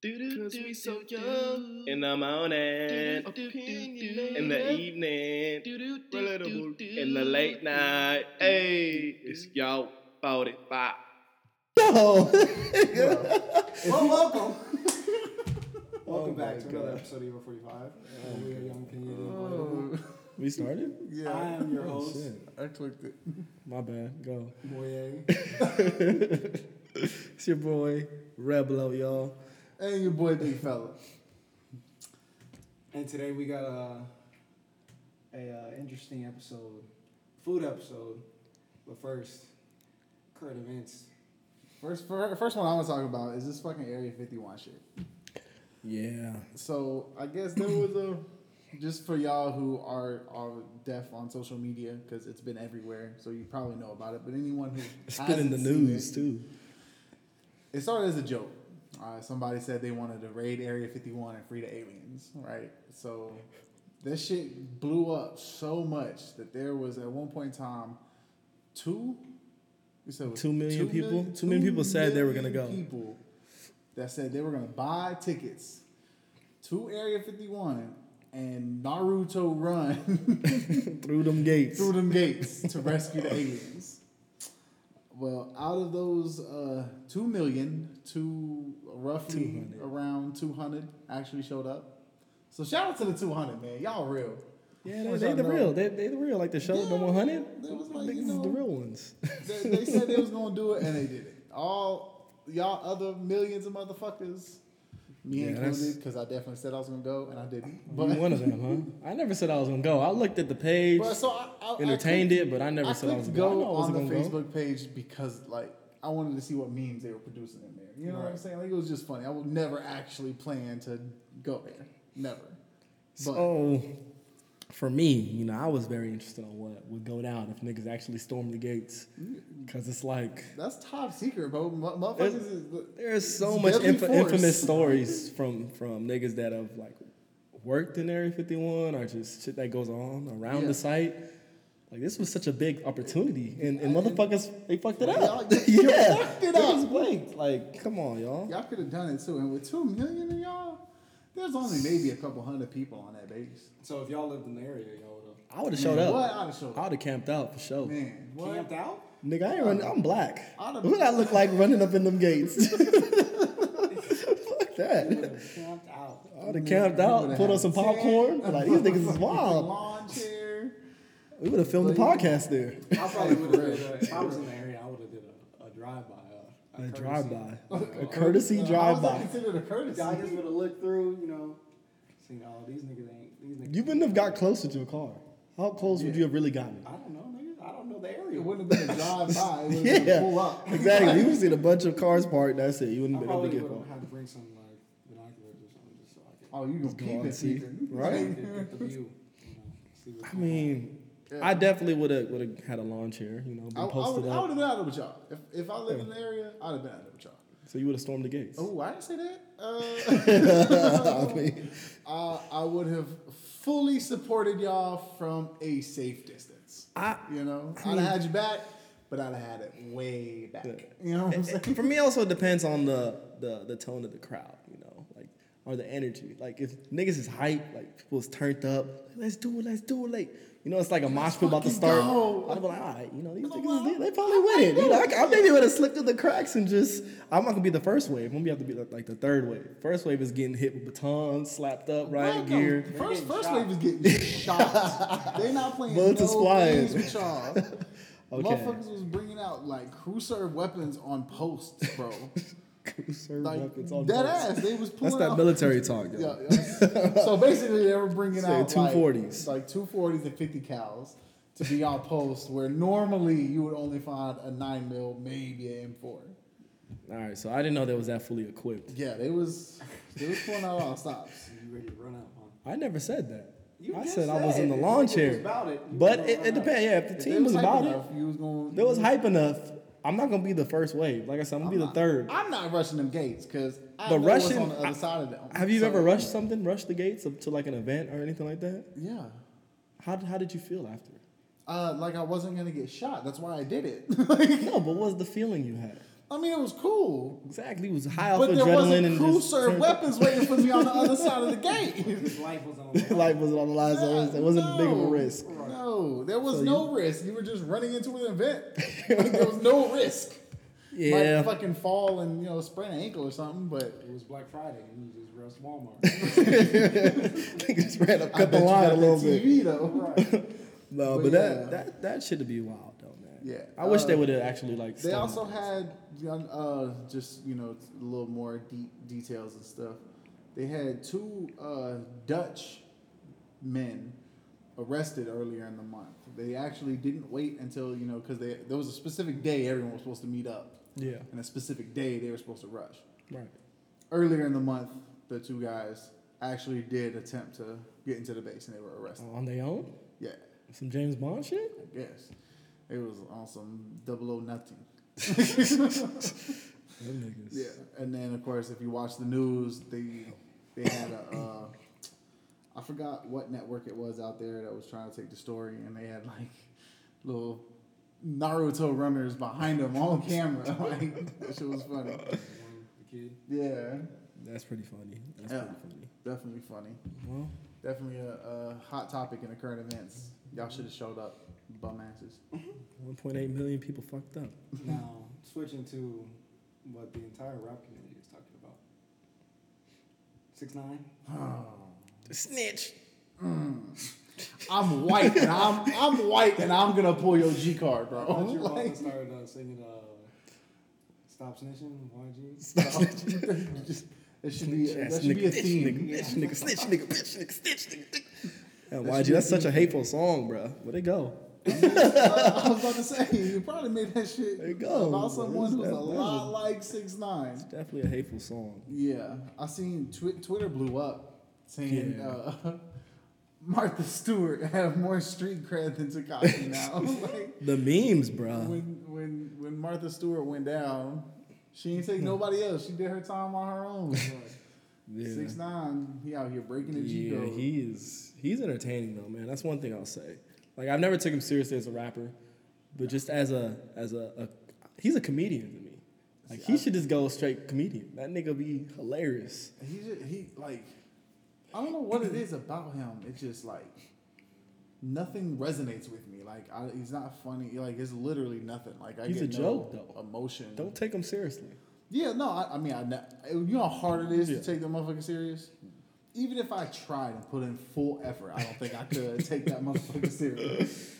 Cause do, we do, so do, young. in the morning, in In the evening, in the late night. Hey, it's y'all 45. Yo! Well, welcome. welcome Oh my back to another God. episode of Evo 45. we are young Canadian. boy. we started? Oh, Yeah. Oh. I am your host, I clicked it. My bad. Go. Moye. it's your boy, Reblo, y'all. And your boy, Big Fella. And today we got uh, a, a uh, interesting episode, food episode. But first, current events. First, fir- first one I want to talk about is this fucking Area 51 shit. Yeah. So I guess there was a just for y'all who are are deaf on social media because it's been everywhere, so you probably know about it. But anyone who It's been in the hasn't seen news, it, too. It started as a joke. Uh, somebody said they wanted to raid Area 51 and free the aliens, right? So this shit blew up so much that there was at one point in time two. You said it was Two million people? Two million people said they were gonna go. People that said they were gonna buy tickets to Area 51 and Naruto run Through them gates. through them gates to rescue the aliens. Well, out of those uh, two million, two roughly 200. around two hundred actually showed up. So shout out to the two hundred man, y'all real. Yeah, they, Which they I the know. real. They, they the real. Like the show, the Yeah, 100. they was like, Niggas you is know. the real ones. They, they said they was gonna do it and they did it. All y'all other millions of motherfuckers, me Yeah, that's- included, because I definitely said I was gonna go and I didn't. I'm But, one of them, huh? I never said I was gonna go. I looked at the page, but so I, I, I entertained clicked- it, but I never I said I was clicked gonna go I know I on wasn't the gonna go. Facebook page because like I wanted to see what memes they were producing in there. You know what I'm Right. saying? Like it was just funny. I would never actually plan to go there. Never. But So, for me, you know, I was very interested on what would go down if niggas actually stormed the gates, Mm. because it's like that's top secret, bro. Mu- There's- Motherfuckers is there's so It's much deadly inf- force. infamous stories from from niggas that have like worked in Area 51 or just shit that goes on around Yeah. the site. Like this was such a big opportunity, and, and I- motherfuckers they fucked it Y'all- up. y- you yeah, fucked it Niggas up. blinked. Like, come on, y'all. y'all could have done it too. And with two million of y'all, there's only maybe a couple hundred people on that base. So if y'all lived in the area, y'all would I would have showed Man, up. What? I'd have showed I up. would have camped out for sure. Man, have what? camped out. Nigga, I ain't running. I'm black. I'da- Who would I look like running up in them gates? Fuck that. camped out. I would have camped out, put on some popcorn. Like, these niggas is wild. Lawn chair. We would have filmed the podcast there. I probably would have. did a- If I was in the area, I would have did a, a drive by. A, A courtesy. drive by. A courtesy drive How is by. that considered a courtesy? I just would have looked through, you know, seen all these niggas ain't these niggas. You wouldn't have got closer to a car. How close would you have really gotten? I don't know, niggas. I don't know the area. It wouldn't have been a drive by. It would have been a pull Yeah. up. Exactly. You would have seen a bunch of cars parked. That's it. You wouldn't I have been able probably to get would far. have had to bring some like binoculars or something just so I could Oh, you can Go keep on, it see. secret. Right? get, get the view. You know, see what's I mean, I definitely would have would have had a lawn chair, you know, I, I, been would, posted I would up. have been out of with y'all. If, if I lived in the area, I'd have been out of with y'all. So you would have stormed the gates. Oh, I didn't say that. Uh, I mean, I, I would have fully supported y'all from a safe distance. I, You know, I I'd mean- have had you back, but I'd have had it way back. You know what I'm saying? for me it also depends on the, the the tone of the crowd you know like or the energy like if niggas is hype like people's turned up like, let's do it let's do it like you know it's like a mosh pit about to fucking start go. i'd be like all right you know these Come niggas on. they, they probably win you know i, I maybe would have slipped through the cracks and just i'm not gonna be the first wave i'm gonna have to be like, like the third wave first wave is getting hit with batons slapped up riding Welcome. gear First, getting first shot. wave is getting shot. they not playing Bullets no is flying. games with y'all. Okay. Motherfuckers was bringing out like crew serve weapons on posts, bro. Serve Like weapons on that boats. ass, they was pulling that's that out- military talk yo. Yeah, yeah. so basically, they were bringing Say out 240s. like, like two forties and fifty cals to be on post where normally you would only find a nine mil, maybe an M four. all right so i didn't know that was that fully equipped Yeah, they was they was pulling out all stops. You ready to run out, huh? I never said that. You I just said, I was said in the if lawn it chair. was about it, you but were it, gonna it run depends. Yeah, if the If they team was hype about enough, it, You was going. there was hype enough. I'm not gonna be the first wave. Like I said, I'm gonna be the third. I'm not rushing them gates because I The know what's Russian- on the other I- side of them. Have you So, ever rushed something? Rushed the gates up to like an event or anything like that? Yeah. How did- how did you feel after? Uh, like I wasn't gonna get shot. That's why I did it. No, but what was the feeling you had? I mean, it was cool, Exactly, it was high off but there adrenaline wasn't and just cruiser turned- weapons waiting for me on the other side of the gate. His life was on the line. Life was on the line, so it was- it wasn't big of a No. risk. No, there was no risk. You were just running into an event. Like, there was no risk. Yeah, Might fucking fall and you know sprain an ankle or something, but It was Black Friday. and He just rushed Walmart. Nigga just ran up, I cut the bet you line got a that little bit. TV though. right. No, But but that yeah. that that should be wild though, man. Yeah. I wish they Uh, would have actually like. They stolen also it. had uh, just you know a little more deep details and stuff. They had two uh, Dutch men arrested earlier in the month. They actually didn't wait until you know because there was a specific day everyone was supposed to meet up, Yeah. and a specific day they were supposed to rush. Right. Earlier in the month, the two guys actually did attempt to get into the base and they were arrested. Uh, On their own, Yeah, some James Bond shit. I guess it was on some double o nothing. Them niggas. Yeah, and then of course, if you watch the news, they they had a uh, I forgot what network it was out there that was trying to take the story, and they had like little Naruto runners behind them on camera. Like that shit was funny. One, the kid. Yeah, That's pretty funny. That's Yeah. pretty funny. definitely funny. Well, Definitely a, a hot topic in the current events. Y'all should have showed up, bum asses. 1.8 million people fucked up. Now, switching to what the entire rap community is talking about. Six nine. Oh. Snitch. I'm white and I'm I'm white and I'm gonna pull your G card, bro. Oh I thought you were about Like- to start uh, singing uh, "Stop Snitching" YG. It should be that should be a theme. Bitch, nigga, snitch, nigga, bitch, nigga, snitch, nigga. dick. Yeah, YG, that's such a hateful song, bro. Where'd it go? I was about to say you probably made that shit There you go. about someone who's That- a that lot was- like six nine. It's definitely a hateful song. Yeah, I seen tw- Twitter blew up saying Yeah. uh, Martha Stewart have more street cred than Takashi now. like The memes, bro. when when when Martha Stewart went down, she ain't Hmm. take nobody else. She did her time on her own. Yeah. Six nine, he out here breaking the G Yeah, code. he is. He's entertaining though, man. That's one thing I'll say. Like I've never took him seriously as a rapper, but just as a as a, a he's a comedian to me. Like he should just go straight comedian. That nigga be hilarious. He just, he like I don't know what it is about him. It's just like nothing resonates with me. Like I, he's not funny. Like it's literally nothing. Like I He's get a no joke, though. Emotion. Don't take him seriously. Yeah, no. I, I mean, I ne- you know how hard it is Yeah. to take that motherfucker serious. Even if I tried and put in full effort, I don't think I could take that motherfucker serious.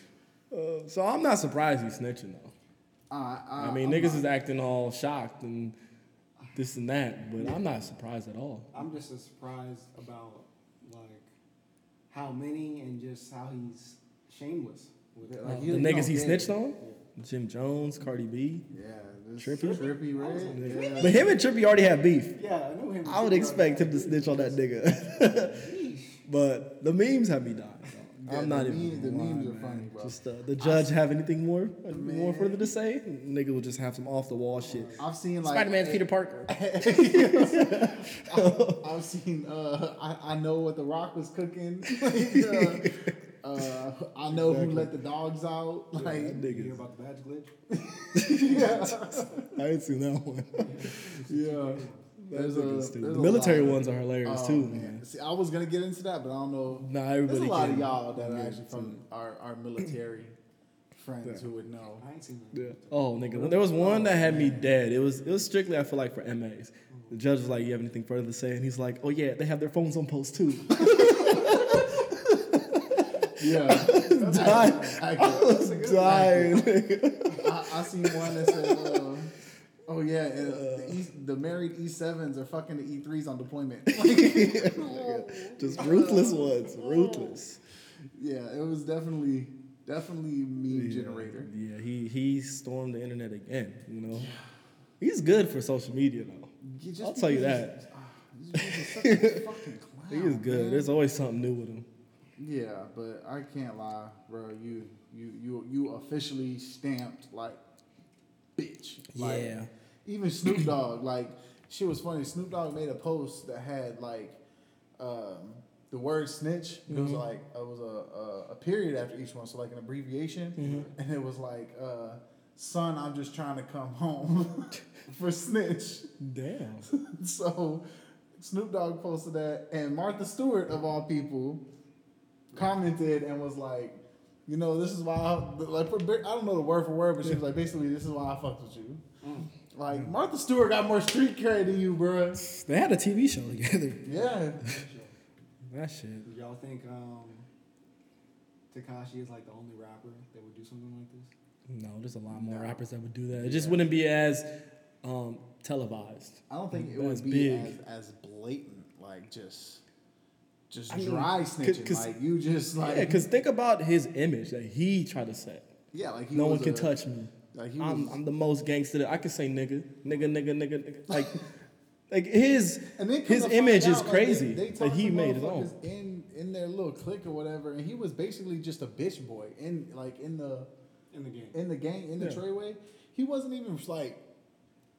Uh, so I'm not surprised he's snitching though. I, I, I mean, I'm niggas not- is acting all shocked and this and that, but I'm not surprised at all. I'm just as surprised about like how many and just how he's shameless with it. Like, Like, he- The no, niggas he yeah. snitched on, Jim Jones, Cardi B. Yeah, this Trippy? trippy, trippy, red. Yeah. But him and Trippy already have beef. yeah, I knew him. I would expect him to snitch on that nigga. but the memes have me dying. dog. Yeah, I'm the not meme- even. the gonna lie, memes are man. funny, bro. Just uh, the judge have anything more, anything more Man. further to say? Nigga will just have some off the wall shit. I've seen like eh, Spider Man's Peter Parker. I've seen. Uh, I, I know what the Rock was cooking. Like, uh, uh, I know who let the dogs out. Like, That You hear nigga, about the badge glitch? I ain't seen that one. yeah. There's a, Nigga's there's stupid. a the military lot. ones are hilarious Oh, too, man. man. See, I was gonna get into that, but I don't know. Nah, There's everybody. a lot of can. y'all that are Yeah, actually from our, our military friends Yeah. who would know. I ain't seen that. Yeah. Oh, nigga. There was one that had me dead. It was it was strictly I feel like for MAs. The judge was like, "You have anything further to say?" And he's like, "Oh yeah, they have their phones on post too." Yeah, Dying. I, Dying. nigga. I, I seen one that said, uh, "Oh yeah, uh, the, e, the married E sevens are fucking the E threes on deployment." Just ruthless ones. Ruthless. yeah, it was definitely definitely meme generator. Yeah, he he stormed the internet again. You know, he's good for social media though. You just I'll tell you because that. he's- ah, he's such a fucking He clown, is good. man. There's always something new with him. Yeah, but I can't lie, bro. You you you you officially stamped like bitch. Like, Yeah. Even Snoop Dogg, like she was funny. Snoop Dogg made a post that had like um, the word snitch. It was like it was a, a a period after each one, so like an abbreviation, and it was like uh, son, I'm just trying to come home for snitch. Damn. So Snoop Dogg posted that, and Martha Stewart, of all people, commented and was like, you know, this is why I, like, I don't know the word for word, but she was like, basically, this is why I fucked with you. Mm. Like, Martha Stewart got more street cred than you, bruh. They had a TV show together. Yeah. That shit. Do y'all think um, Takashi is like the only rapper that would do something like this? No, there's a lot more rappers that would do that. It just wouldn't be as um, televised. I don't think it That's would be big. as as blatant, like just just I mean, dry c- snitching. 'cause- like you just like yeah, because think about his image that he tried to set. yeah, like he No one was can a- touch me. Like he I'm, was- I'm the most gangster. that- I can say nigga, nigga, nigga, nigga, nigga. Like, like his And then come his to find image is out, like, crazy They, they that talked he to made it motherfuckers on. in in their little clique or whatever, and he was basically just a bitch boy in like in the In the game. in the gang in the Yeah. trayway. He wasn't even like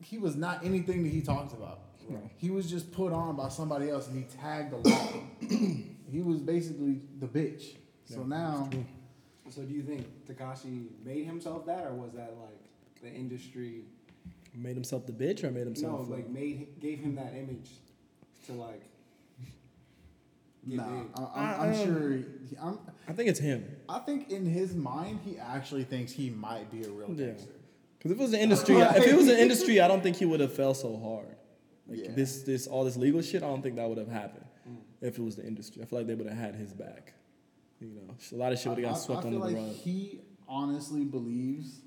he was not anything that he talked about. No. He was just put on by somebody else, and he tagged along. he was basically the bitch. So Yeah, now. So do you think Takashi made himself that, or was that like the industry? Made himself the bitch or made himself no, uh, like made gave him that image to like. get Nah, big. I, I'm, I- um, I'm I- sure. he- I'm, I think it's him. I think in his mind, he actually thinks he might be a real Yeah. gangster. Because if it was an industry, if it was an industry, I don't think he would have fell so hard. Like Yeah. Mm. this, this, all this legal shit, I don't think that would have happened if it was the industry. I feel like they would have had his back. You know, a lot of shit would have I, got I swept feel under like the rug. he honestly believes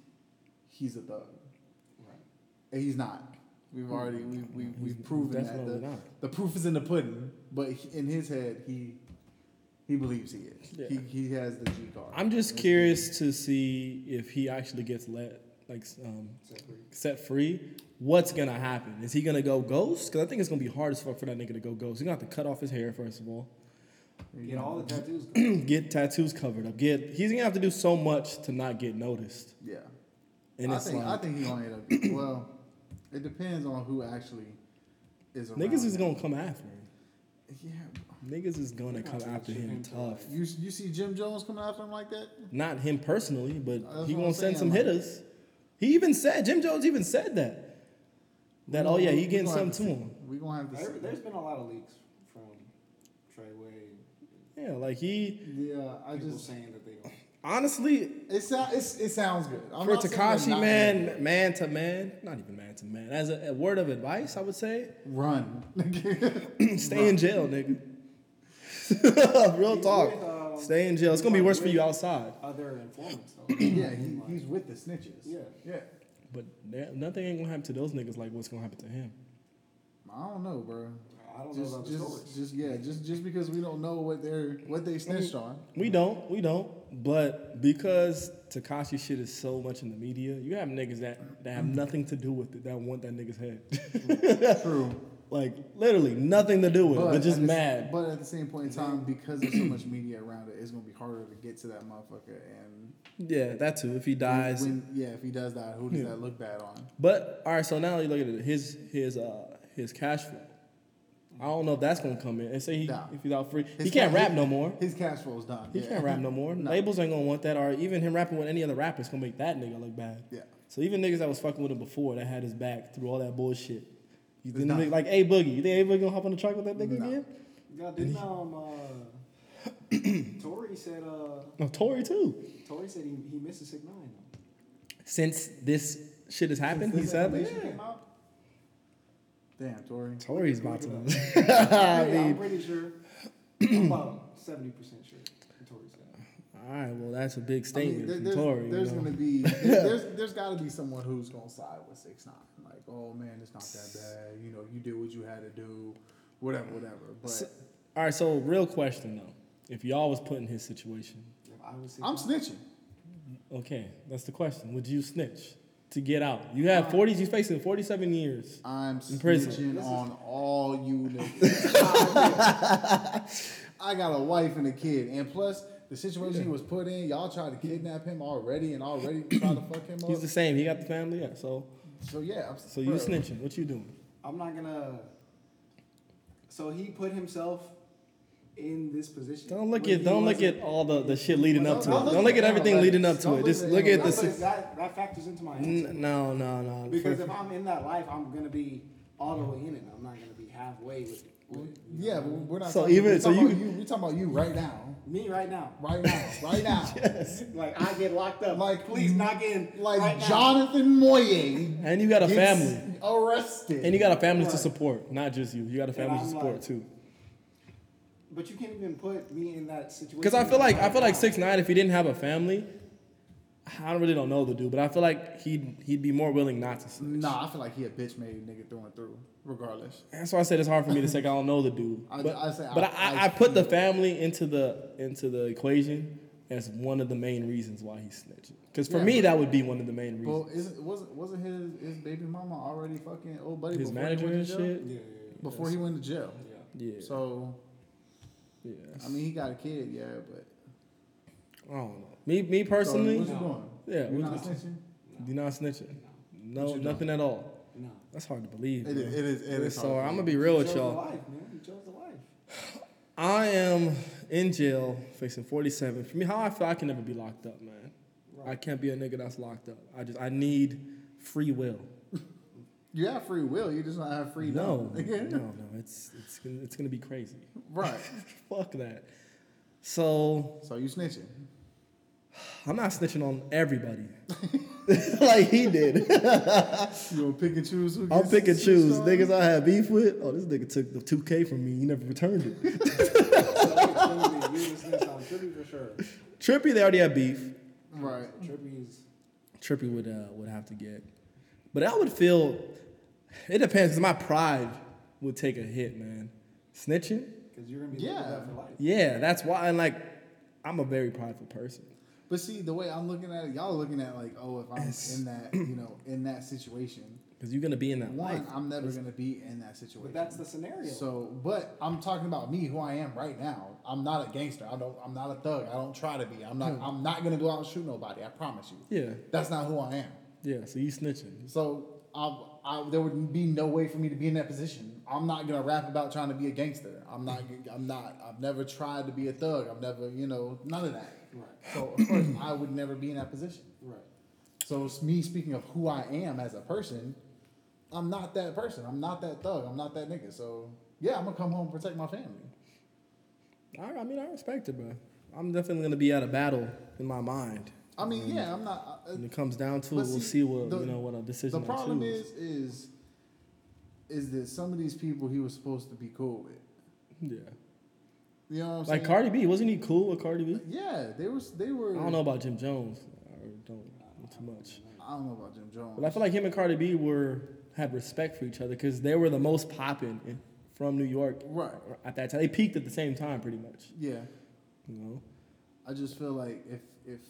he's a thug, Right. and he's not. We've already we, we, we've proven that definitely the, not. the proof is in the pudding. But he- in his head, he he believes he is. Yeah. He, he has the G card. I'm just curious to see if he actually gets let, like, um, Set free. set free. What's gonna happen? Is he gonna go ghost? Because I think it's gonna be hard as fuck for that nigga to go ghost. He's gonna have to cut off his hair first of all. Get all the tattoos. gone. Get tattoos covered up. Get he's gonna have to do so much to not get noticed. Yeah, And I it's think like I think he gonna end up. well, it depends on who actually is around. niggas is him. gonna come after him. yeah. Niggas is gonna come after him tough. You you see Jim Jones coming after him like that? Not him personally, but That's he what I'm gonna send saying, some like- hitters. He even said Jim Jones even said that. That oh yeah, he getting something to him. We gonna have Mm-hmm. to There, see. there's been a lot of leaks from Treyway. Yeah, like he Yeah, I People just saying that they don't. honestly it sounds it's, it sounds good. I'm for not saying they're Takashi not man, gonna man to man, not even man to man. As a, a word of advice, I would say run. stay in jail, nigga. Real He's talk. with, um, Stay in jail. It's he's gonna be like worse for with you outside. Other informants. Though. yeah, he, And, he's like, with the snitches. Yeah. yeah. But there- nothing ain't gonna happen to those niggas like what's gonna happen to him. I don't know, bro. I don't know Just about the just stories. just yeah, just just because we don't know what they're what they snitched on. We don't, we don't. But because Takashi shit is so much in the media, you have niggas that, that have nothing to do with it that want that nigga's head. True, like literally nothing to do with it, but just at the s- mad. But at the same point in time, because there's so much media around it, it's gonna be harder to get to that motherfucker. And yeah, that too. If he dies, when, yeah, if he does that, who does Yeah. that look bad on? But all right, so now you look at it. His his uh his cash flow. I don't know if that's gonna come in. And say he Nah. if he's out free, he His can't ca- rap no more. His cash flow's done. He yeah. can't rap no more. Nah. Labels ain't gonna want that, or even him rapping with any other rapper is gonna make that nigga look bad. Yeah. So even niggas that was fucking with him before that had his back through all that bullshit. You It's think not- nigga- like A Boogie? You think A Boogie gonna hop on the track with that nigga Nah. again? Y'all didn't um. Uh, Tori said uh. No, Tory too. Tori said he, he missed a six nine. Since this shit has happened, he This said information that. came out? Damn, Tori. Tory's about to. I I am mean, pretty sure. I'm about seventy percent sure. Tori said. all right, well that's a big I mean, statement there- from there's Tory. you there's know. gonna be there's there's got to be someone who's gonna side with six nine. Like, oh man, it's not that bad. You know, you did what you had to do, whatever, whatever. But So- all right, so real question though, if y'all was put in his situation, If I was I'm 6'9" snitching. okay, that's the question. Would you snitch to get out? You have forty. You facing forty-seven years. I'm In prison. snitching This is- on all you niggas. I got a wife and a kid, and plus the situation he was put in. Y'all tried to kidnap him already, and already tried to fuck him He's up. the same. He got the family. Yeah. So, So yeah, I'm, so you bro. snitching? What you doing? I'm not gonna. So he put himself in this position. Don't look when at he don't look wasn't- at all the, the shit leading up to it. Don't look Don't look at at everything analytics. leading up to Don't it. look Just at look at the. No, analytics. but si- that that factors into my answer. N- No, no, no. Because For- if I'm in that life, I'm gonna be all the way in it. I'm not gonna be halfway with, with Yeah, but we're not. So talking, even- we're so you- talking about you, we're talking about you right now, me right now. right now, right now. Like I get locked up. Like- Like please knock in. Like right now. Jonathan Moye and you got a gets family. arrested. And you got a family to Right. support, not just you. You got a family to I'm support like- too. But you can't even put me in that situation. Because I feel like I right feel like now. six nine. If he didn't have a family, I really don't know the dude, but I feel like he'd he'd be more willing not to. Snitch. nah, I feel like he a bitch made nigga through and through. Regardless, That's why I said it's hard for me to say 'cause I don't know the dude. I- but I say but I- I, I, I put the feel- family into the into the equation as one of the main reasons why he's snitching. Because for Yeah, me, but- that would be one of the main reasons. well, is, wasn't wasn't his his baby mama already fucking old buddy His before he manager and went to jail? shit. Yeah, yeah, Before he went to jail, yeah. Yeah. so yeah. I mean he got a kid, yeah, but I don't know. Me me so personally, what you doing? yeah, You're what not you- snitching. do not snitching. No, you doing? nothing at all. No. That's hard to believe. It bro. is. It is. It is. so hard. I'm gonna be real You with chose y'all. the life, man. You chose the life. I am in jail facing 47. For me, how I feel, I can never be locked up, man. I can't be a nigga that's locked up. I just, I need free will. You have free will. You just not have free No, will. no, no. It's, it's, gonna- it's gonna be crazy. right. Fuck that. So So you snitching. I'm not snitching on everybody, like he did. You gonna pick and choose who I'll gets pick and snitched choose on? niggas I had beef with. Oh, this nigga took the 2K from me. He never returned it. So it's gonna be you this time. Trippy for sure. Trippy, they already had beef. Right. Trippy is Trippy would uh, would have to get. But I would feel it depends. 'cause my pride would take a hit, man. Snitching, because you're gonna be Yeah. yeah. that for life. yeah, that's why. And like, I'm a very prideful person. But see, the way I'm looking at it, y'all are looking at like, oh, if I'm in that, you know, in that situation, Cause you're gonna be in that one, life. I'm never gonna be in that situation. But that's the scenario. So, but I'm talking about me, who I am right now. I'm not a gangster. I don't. I'm not a thug. I don't try to be. I'm Hmm. not. I'm not gonna go out and shoot nobody. I promise you. Yeah, That's not who I am. yeah. So you snitching? So I, I, there would be no way for me to be in that position. I'm not gonna rap about trying to be a gangster. I'm not. I'm not. I've never tried to be a thug. I've never, you know, none of that. Right. So of course, I would never be in that position. Right. So it's me speaking of who I am as a person. I'm not that person. I'm not that thug. I'm not that nigga. So yeah, I'm gonna come home and protect my family. I, I mean, I respect it, bro. I'm definitely gonna be at a battle in my mind. I mean, yeah, I'm not. Uh, When it comes down to it, But Mm-hmm. we'll see, see what the- you know what a decision. the I problem choose. is, is, is that some of these people he was supposed to be cool with. yeah, You know what I'm like saying? Cardi B wasn't he cool with Cardi B? Yeah, they was. They were. I don't know about Jim Jones. I don't know too much. I don't know about Jim Jones. But I feel like him and Cardi B were had respect for each other because they were the most popping in, from New York right. at that time. They peaked at the same time, pretty much. Yeah, You know, I just feel like if if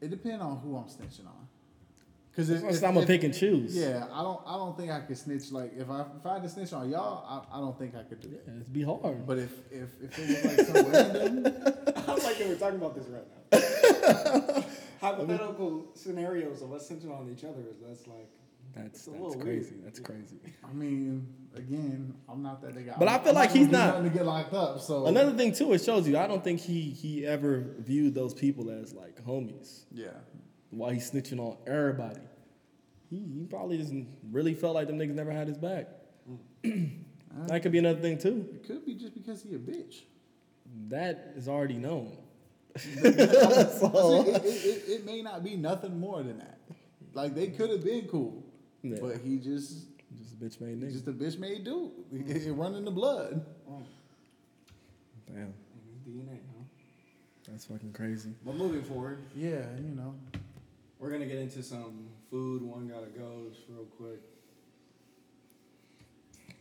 it depends on who I'm snitching on. Because so I'm gonna pick and choose. Yeah, I don't. I don't think I could snitch. Like if I if I had to snitch on y'all, I, I don't think I could do Yeah, that. it'd be hard. But if if if it was like some random, I like that we're talking about this right now. Hypothetical scenarios of us centering on each other is that's like that's It's a that's little crazy. weird. That's crazy. I mean, again, I'm not that nigga. But I'm- I feel I'm like gonna he's do not- nothing to get locked up. So Another thing too, it shows you. I don't think he he ever viewed those people as like homies. Yeah. While he's snitching on everybody, he, he probably just really felt like them niggas never had his back. Mm. that could be another thing too. It could be just because he a bitch. That is already known. It, it, it, it may not be nothing more than that. Like they could have been cool, Yeah. but he just Just a bitch made he's nigga. just a bitch made dude. It, it run in the blood. mm, Damn, in his DNA, huh? that's fucking crazy. But moving forward, Yeah, you know. we're gonna get into some food. One gotta go just real quick.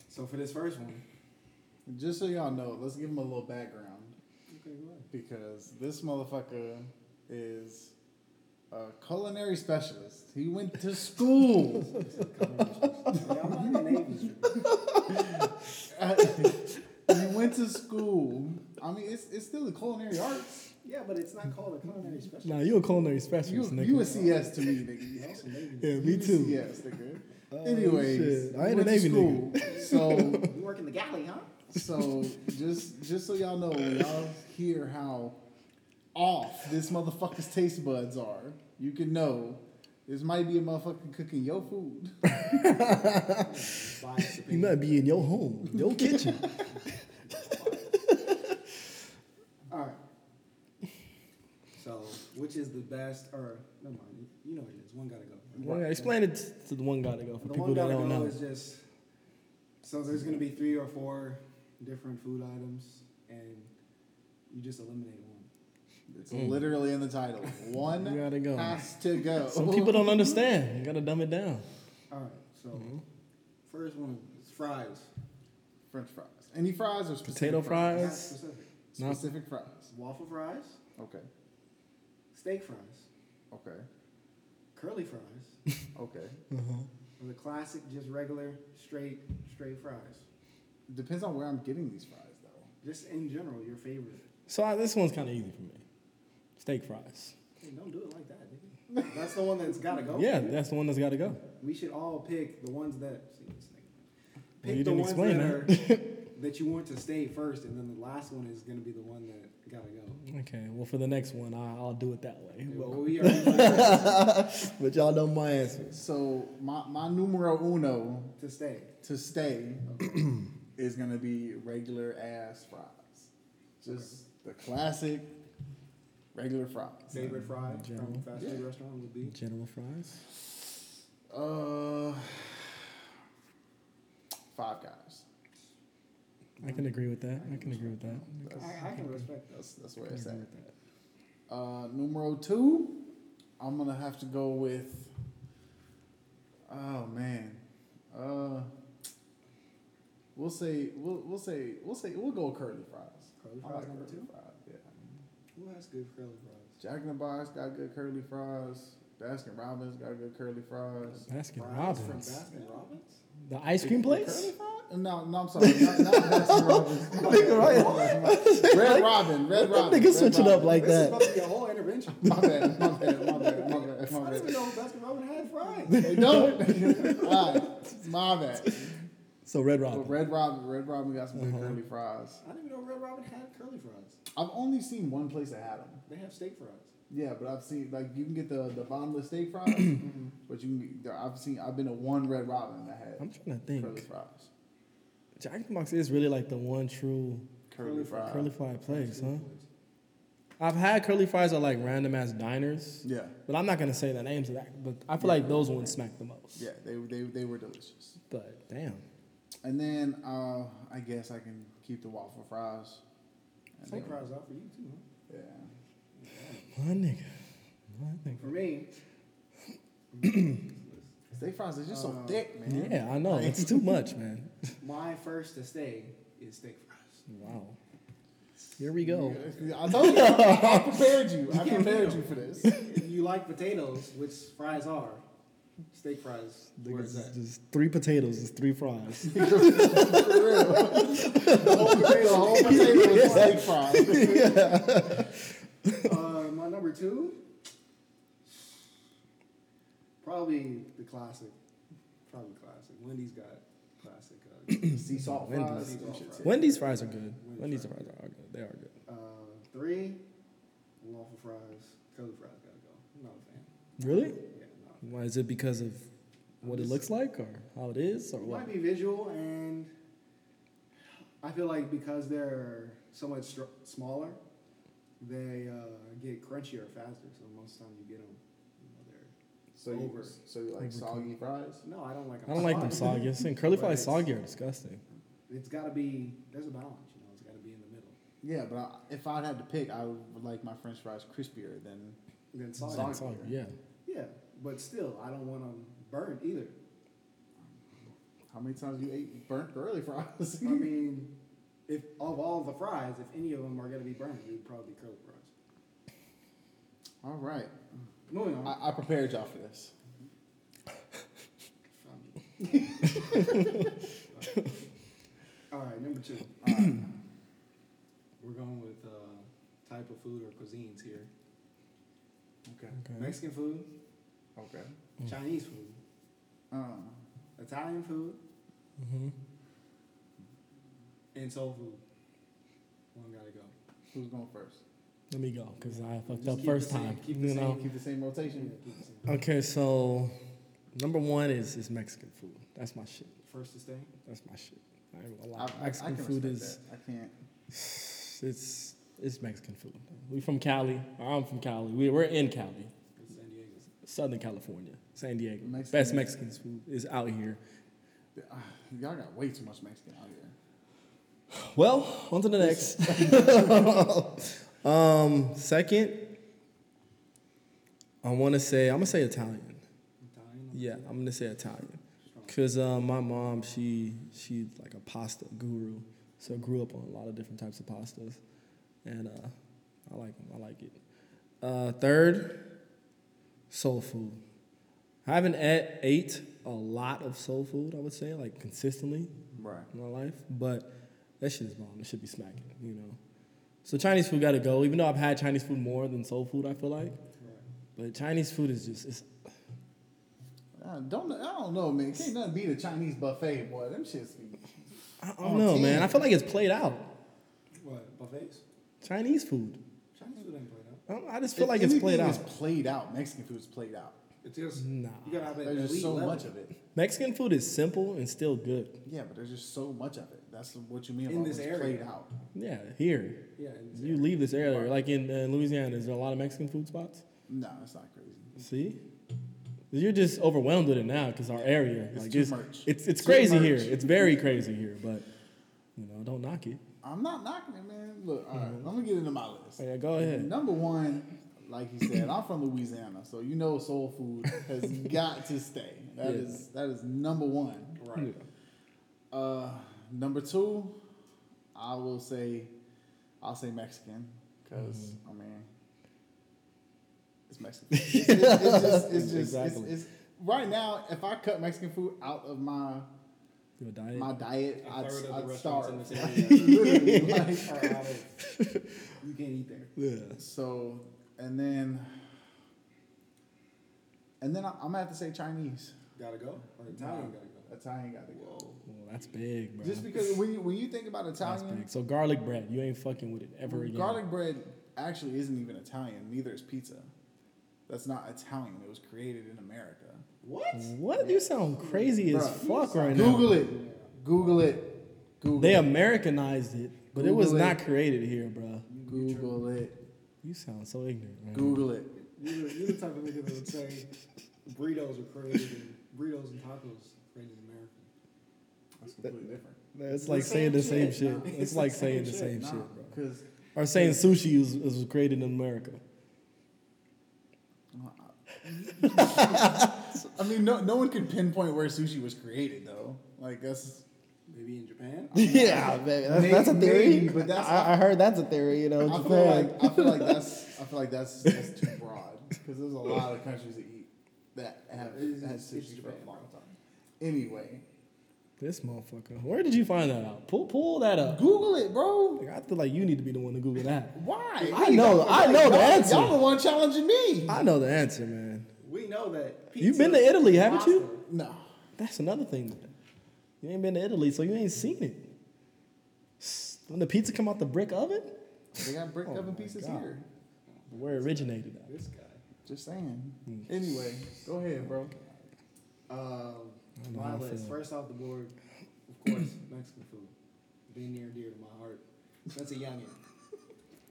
So for this first one, Just so y'all know, let's give him a little background okay, go ahead. because this motherfucker is a culinary specialist. He went to school. Yeah, I'm not in the Navy. he went to school. I mean, it's it's still the culinary arts. Yeah, but it's not called a culinary special. Nah, you a culinary You specialist, nigga. you a CS to me, nigga. You're also Navy. yeah, me too. Yes, nigga. Oh, Anyways, shit. I ain't went a to Navy school, So You work in the galley, huh? So just just so y'all know, when y'all hear how off this motherfucker's taste buds are, you can know this might be a motherfucker cooking your food. Biased You opinion. might be in your home, your kitchen. All right. So, which is the best? Or never mind. you- You know what it is. One gotta go. Well, yeah, explain it to the one guy to go for The people one that gotta don't go know. is just. So there's gonna be three or four different food items, and you just eliminate one. It's literally in the title. One You gotta go. has to go. Some people don't understand. You gotta dumb it down. All right. So, Mm-hmm. first one is fries. French fries. Any fries or specific Potato Not fries? specific. No. Specific fries. Waffle fries, Okay. steak fries, Okay. curly fries, Okay. or the classic, just regular, straight, straight fries. Depends on where I'm getting these fries though. Just in general, your favorite. So I, this one's kind of easy for me. Steak fries. Hey, don't do it like that, nigga. That's the one that's gotta go. Yeah, that's the one that's gotta go. We should all pick the ones that. See, this nigga. Well, Pick you the didn't ones explain that, are, that you want to stay first, and then the last one is gonna be the one that gotta go. Okay, well for the next one, I, I'll do it that way. Well, we are But y'all know my answers. So my, my numero uno to stay. to stay is gonna be regular ass fries. Just the classic regular fries. Favorite fry General. from fast food restaurant would be. General fries. Uh five guys. I can agree with that. I can agree with that. I, I can respect that. That's that's I where can it's agree at. with that. Uh, numero two, I'm gonna have to go with. Oh man, uh, we'll say we'll we'll say we'll say we'll go with curly fries. Curly I fries like number two? Fries. Yeah, Who has good curly fries? Jack in the Box got good curly fries. Baskin Robbins got good curly fries. Baskin Fries from Robbins. Baskin Robbins? The ice cream place? No, no, I'm sorry, not, not Baskin Robbins. Red Robin, Red That Robin. nigga Red switching up Robin. like This is that. supposed to be a whole intervention. My bad, my bad, my bad, my bad, I my didn't bad. even know Baskin Robbins had fries. They don't. All right, my bad. So Red But Robin. Red Robin, Red Robin got some good Uh-huh. curly fries. I didn't even know Red Robin had curly fries. I've only seen one place that had them. They have steak fries. Yeah, but I've seen like you can get the the bottomless steak fries, Mm-hmm. but you can get, I've seen I've been to one Red Robin that had I'm trying to curly think. fries. Jack in the Box is really like the one true Curly, Curly fries. curly fry place, huh? I've had curly fries at like random ass diners, Yeah, but I'm not gonna say the names of that. But I feel like those ones smack the most. yeah, they they they were delicious. But damn, And then uh, I guess I can keep the waffle fries. And Steak then- fries out for you too, huh? Yeah. my nigga, my nigga. For me, Steak fries is just so Uh, thick, man. Yeah, I know it's too much, man. my first to stay is steak fries. Wow. Here we go. I told you. I prepared you. I prepared you for this. If you like potatoes, which fries are, steak fries, where Niggas is is that? just three potatoes, is three fries. For real. The whole potato, the whole potato is steak fries. Uh, my number two, probably the classic, probably classic. Wendy's got classic. Uh, Sea salt Wendy's. fries. and shit. Wendy's fries are good. Wendy's fries are good. They are good. uh, three, waffle fries, curly fries gotta go. I'm not a fan. Really? Yeah, I'm not. Why is it because of what it looks like, or how it is, or It what? might be visual, and I feel like because they're so much str- smaller, they uh, get crunchier faster. So most of the time you get them, you know, they're. So you, Over. so you like soggy fries? No, I don't like. 'em I don't like them soggy. And curly But fries it's- soggy are disgusting. It's got to be. There's a balance, you know. It's got to be in the middle. Yeah, but I, if I had to pick, I would like my French fries crispier than. And then soggy. Soggy. Soggy, yeah. Yeah, but still, I don't want them burnt either. How many times you ate burnt curly fries? I mean, if of all the fries, if any of them are gonna be burnt, it would probably be curly fries. All right, Moving on. I, I prepared y'all for this. All right, number two. We're going with uh, type of food or cuisines here. Okay. Okay. Mexican food, Okay. Chinese food, Um, Mm-hmm. Italian food, hmm and soul food. One gotta go. Who's going first? Let me go because I fucked Just up keep first the same- time. Keep the, you same, know. keep the same rotation. Yeah, keep it simple. Okay, so number one is is Mexican food. That's my shit. First to stay. That's my shit. I ain't gonna I, lie. I, I Mexican can food respect is that. I can't. it's it's Mexican food. We from Cali. I'm from Cali. We we're in Cali, It's San Diego. Southern California, San Diego. Mexican- Best Mexican food is out here. Ah, Y'all got way too much Mexican out here. Well, on to the next. um, second, I want to say I'm gonna say Italian. Italian. Yeah, I'm gonna say Italian. Strong. Cause uh, my mom, she she's like a pasta guru, so grew up on a lot of different types of pastas, and uh, I like 'em. I like it. Uh, third, soul food. I haven't ate, ate a lot of soul food. I would say like consistently Right. in my life, but that shit is bomb. It should be smacking, you know. So Chinese food gotta go. Even though I've had Chinese food more than soul food, I feel like, Right. but Chinese food is just it's I Uh, don't. I don't know, man. Can't nothing beat a Chinese buffet, boy. Them shits be. I don't Oh, know, damn. man. I feel like it's played out. What buffets? Chinese food. Chinese food ain't played out. I, don't- I just feel like it's played out. It's played out. Mexican food's played out. It's just Nah. you gotta have an There's just elite so level. much of it. Mexican food is simple and still good. Yeah, but there's just so much of it. That's what you mean In about this what's area. played out. Yeah, here. Yeah, and You leave this area, like in uh, Louisiana, is there a lot of Mexican food spots? No, it's not crazy. See? You're just overwhelmed with it now because our area. It's like, too it's, much. It's, it's Too crazy much. here. It's very crazy here, but, you know, don't knock it. I'm not knocking it, man. Look, all right, I'm gonna get into my list. Mm-hmm. Oh, Yeah, go ahead. Number one, like you said, I'm from Louisiana, so you know soul food has got to stay. That Yeah. is that is number one. right. Uh, number two, I will say, I'll say Mexican because Mm-hmm. I mean, it's Mexican. it's, it's- it's just, it's just, Exactly. it's, it's, right now. If I cut Mexican food out of my Your diet. my diet, A I'd, third of the I'd restaurants starve. in this Like, area literally, like, are out of. You can't eat there. yeah. so, and then, and then I, I'm gonna have to say Chinese. Gotta go. Or Italian gotta go. Italian gotta go. Well, that's big, bro. Just because when you when you think about that's Italian, big. So garlic bread, you ain't fucking with it ever again. Garlic bread actually isn't even Italian. Neither is pizza. That's not Italian. It was created in America. What? What? You sound crazy as Bruh. fuck right now. Google it. Google it. Google They it. Americanized it, but it was Google not created here, bro. Google it. You sound so ignorant. Right Google it. You're, the- you're the type of nigga that would say burritos are created in burritos and tacos created in America. That's completely different. It's like saying the same shit. Nah. It's like saying the same Nah, shit, bro. Cause Or saying sushi was, was created in America. I mean, no, no one can pinpoint where sushi was created though. Like that's Maybe in Japan. yeah, man, Maybe- maybe, but that's not- heard that's a theory, you know. I feel like I feel like that's I feel like that's that's too broad because there's a lot of countries that eat that have It's- had it's sushi for Japan, a long bro. time. Anyway, this motherfucker. Where did you find that out? Pull, pull that up. Google it, bro. Like, I feel like you need to be the one to Google that. Why? I know- I know the Y'all- answer. Y'all the one challenging me. I know the answer, man. We know that. Pizza, You've been to Italy, haven't you? pasta- No. That's another thing. You ain't been to Italy, so you ain't seen it. When the pizza come out the brick oven, They got brick Oh my oven pieces God. here. where it originated at. This guy. Just saying. Anyway, go ahead, bro. Um, know my how I feel. list. First off the board, of course, Mexican food. Been near and dear to my heart. That's a youngin.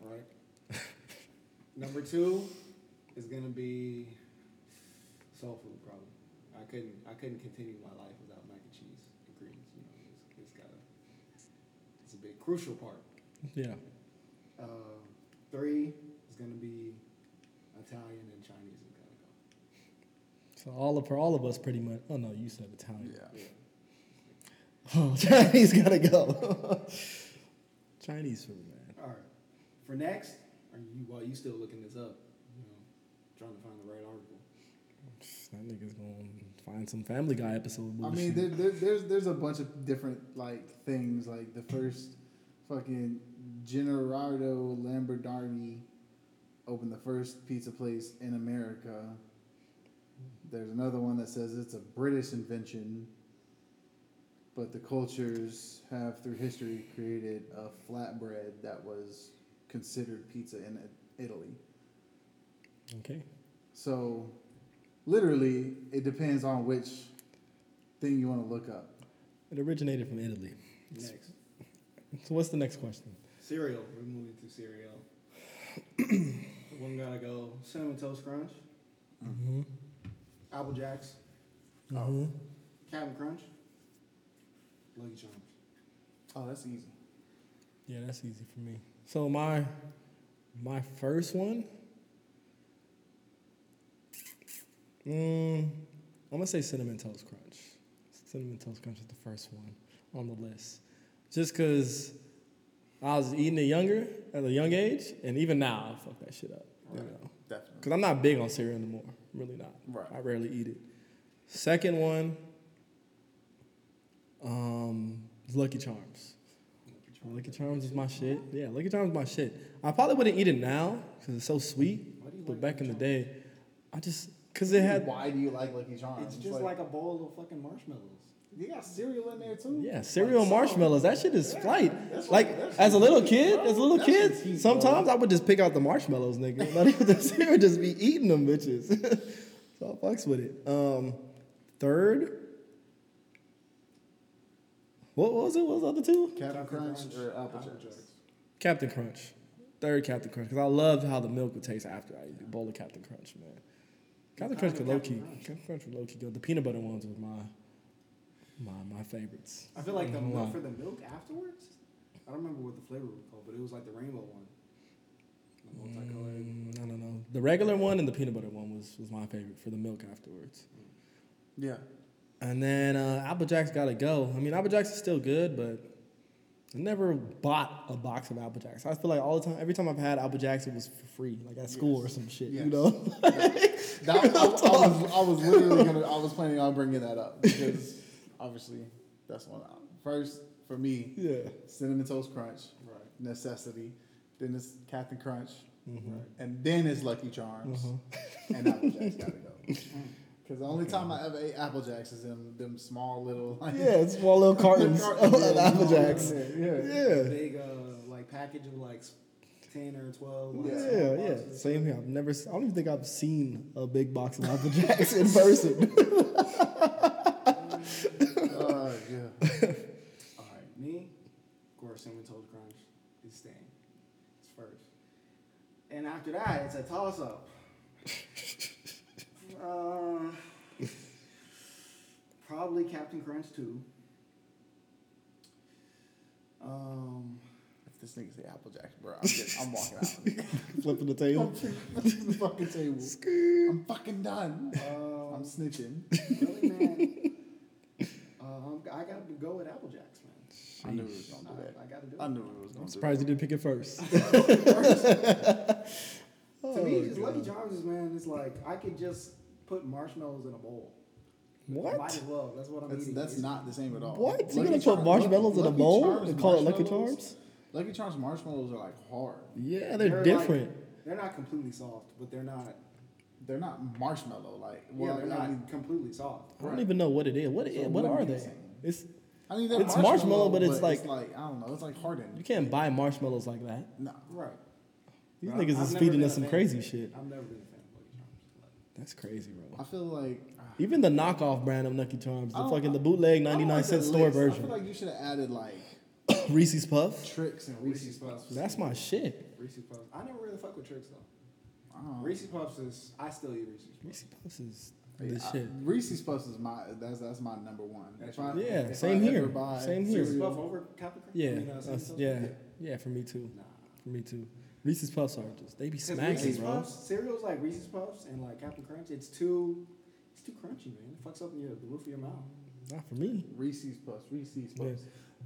All right. Number two is gonna be soul food, probably. I couldn't I couldn't continue my life without mac and cheese and greens. You know, it's, it's got a it's a big crucial part. Yeah. Uh, three is gonna be Italian and Chinese. Is gotta go. So all of, for all of us, pretty much. Oh no, you said Italian. Yeah. Oh, Chinese gotta go. Chinese food, man. All right. For next, are you while you still looking this up, you know, trying to find the right article. That nigga's gonna find some Family Guy episode. I Bullshit. mean, there, there, there's there's a bunch of different like things. Like the first fucking Generardo Lambertini opened the first pizza place in America. There's another one that says it's a British invention. but the cultures have through history created a flatbread that was considered pizza in Italy. Okay. So, literally, it depends on which thing you want to look up. It originated from Italy. Next. So what's the next question? Cereal. We're moving to cereal. One gotta go. Cinnamon Toast Crunch. Mm-hmm. Apple Jacks. Oh. Captain Crunch. Lucky Charms. Oh, that's easy. Yeah, that's easy for me. So my my first one. Mm, I'm gonna say cinnamon toast crunch. Cinnamon toast crunch is the first one on the list, just because I was eating it younger at a young age, and even now I fuck that shit up. You Right. know, Definitely. because I'm not big on cereal anymore. I'm really not. Right. I rarely eat it. Second one, um, Lucky Charms. Lucky Lucky Charms is my shit. Yeah, Lucky Charms is my shit. I probably wouldn't eat it now because it's so sweet. Why do you But like back in Lucky the day, I just because it had Why do you like Lucky Charms? It's just like, a bowl of fucking marshmallows. you got cereal in there too. yeah cereal Like, marshmallows. That shit is Yeah, flight. that's Like what- that's as a what little heat, kid, bro. as a little That's kid, what heat, bro. sometimes I would just pick out the marshmallows, nigga. Not even the cereal, just be eating them bitches. so I fucks with it. Um, third. What what was it? What was the other two? Captain Crunch or Apple Apple Jacks? Jacks. Captain Crunch. Third Captain Crunch. Because I loved how the milk would taste after I eat a bowl of Captain Crunch, man. Captain Crunch could low key. Captain Crunch would low key go. The peanut butter ones were my my my favorites. I feel like the Mhm. milk for the milk afterwards. I don't remember what the flavor was called, but it was like the rainbow one. The multicolored. Mm, I don't know. The regular one and the peanut butter one was, was my favorite for the milk afterwards. Yeah. And then uh, Apple Jacks gotta go. I mean, Apple Jacks is still good, but I never bought a box of Apple Jacks. I feel like all the time, every time I've had Apple Jacks, it was for free, like at school or some shit, you Yes. know? That, I, I was, I was literally gonna, I was planning on bringing that up because obviously that's one. First for me, yeah. cinnamon toast crunch Right. necessity. Then it's Captain Crunch, Mhm. and then it's Lucky Charms, and Apple Jacks gotta go. Because the only time I ever ate Apple Jacks is in them small little like Yeah, it's small little cartons cartons, yeah, of Apple small Jacks. little thing, yeah. The Yeah. Big uh, like package of like s- ten or twelve. Like, Yeah, yeah. Same here. I've never. s- I don't even think I've seen a big box of Apple Jacks in person. Oh, yeah. All right, me, of course, cinnamon toast crunch is staying. It's first, and after that, it's a toss up. uh, probably Captain Crunch too. Um, If this nigga say Apple Jacks, bro, I'm, getting, I'm walking out. Flipping the I'm table. taking the fucking table. I'm fucking done. um, I'm snitching. really, man. Uh, I'm- I gotta go with Apple Jacks, man. I knew it was gonna do that. I, I gotta do it. I knew it was gonna I'm do surprised you didn't pick it first. To me, Oh, just Lucky God. Charms, is, man, it's like I could just put marshmallows in a bowl. I might What? as well. That's what I'm That's, eating. that's It's- not the same at all. What? You're gonna Lucky put Charms- marshmallows in a Lucky bowl Charms and call it Lucky marshmallows- Charms? Lucky Charms marshmallows are like hard. Yeah, they're, like- different. they're not completely soft, but they're not. They're not marshmallow like. yeah, Well, they're I not mean, completely soft. I don't even know what it is. What So what what are are you they? saying? It's I mean, they're It's marshmallow, but it's like- I don't know. It's like you hardened. can't buy marshmallows like that. No, Right. These But I- niggas I've is never feeding been us a some fan. crazy shit. I've never been a fan of Lucky Charms. That's crazy, bro. I feel like Even the knockoff brand of Lucky Charms, Oh, I the don't- fucking the bootleg I don't 99 like cent the store Lay's. I version, feel like you should have added like Reese's Puff. tricks and Reese's Reese's Puffs. Puffs. That's my shit. Reese's Puffs. I never really fuck with tricks though. I don't know. Reese's Puffs is. I still eat Reese's Puffs. Reese's Puffs is Yeah, the I- shit. Reese's Puffs is my that's that's my number one. That's If I- right. Yeah, if I same ever here. buy Same here. Reese's cereal- Puff over Captain Crunch. Yeah, I mean, uh, that's- Cinnamon Toast yeah, Crunch? yeah. For me too. Nah. For me too. Reese's Puffs are just they be 'Cause smacking, Reese's bro. Puffs, cereals like Reese's Puffs and like Captain Crunch, it's too, it's too crunchy, man. It fucks up your, the roof of your mouth. Not for me. Reese's Puffs, Reese's Yeah. Puffs,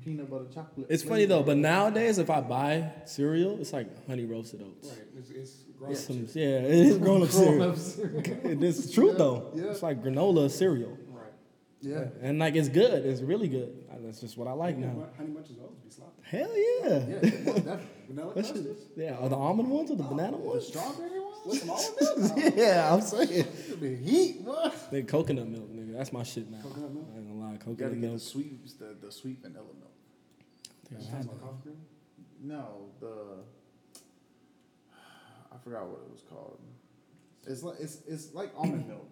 peanut butter chocolate. It's funny though, but nowadays if I buy cereal, it's like honey roasted oats. It's, it's It's some- yeah, it is grown up cereal. It is true Yeah, though. yeah. It's like granola cereal, Right. Yeah, and like it's good. It's really good. Uh, That's just what I like Honey now. Bun- Honey Bunches always be sloppy. Hell yeah, yeah. definitely. Vanilla That custard? shit, yeah, are the almond ones or the banana The ones? strawberry With ones? some almond milk? Yeah, I'm saying. The heat, what? Then coconut milk, nigga. That's my shit now. Coconut milk? I ain't gonna lie, You gotta coconut get milk. the sweet, the, the sweet vanilla milk. Yeah, I Sounds had like that. cough cream. No, the I forgot what it was called. It's like it's it's like almond milk,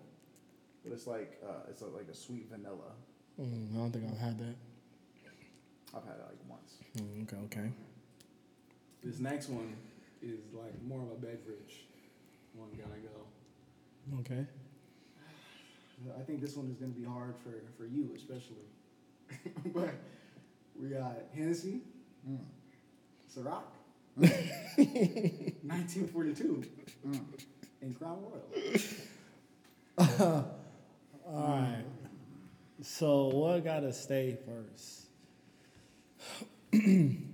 but it's like uh, it's like a sweet vanilla. Mm, I don't think I've had that. I've had it like once. Mm, okay, okay. This next one is like more of a beverage. One gotta go. Okay. I think this one is going to be hard for, for you especially. but we got Hennessy, Mm. Ciroc, 1942, Mm. and Crown Royal. All right. So what gotta stay first? I feel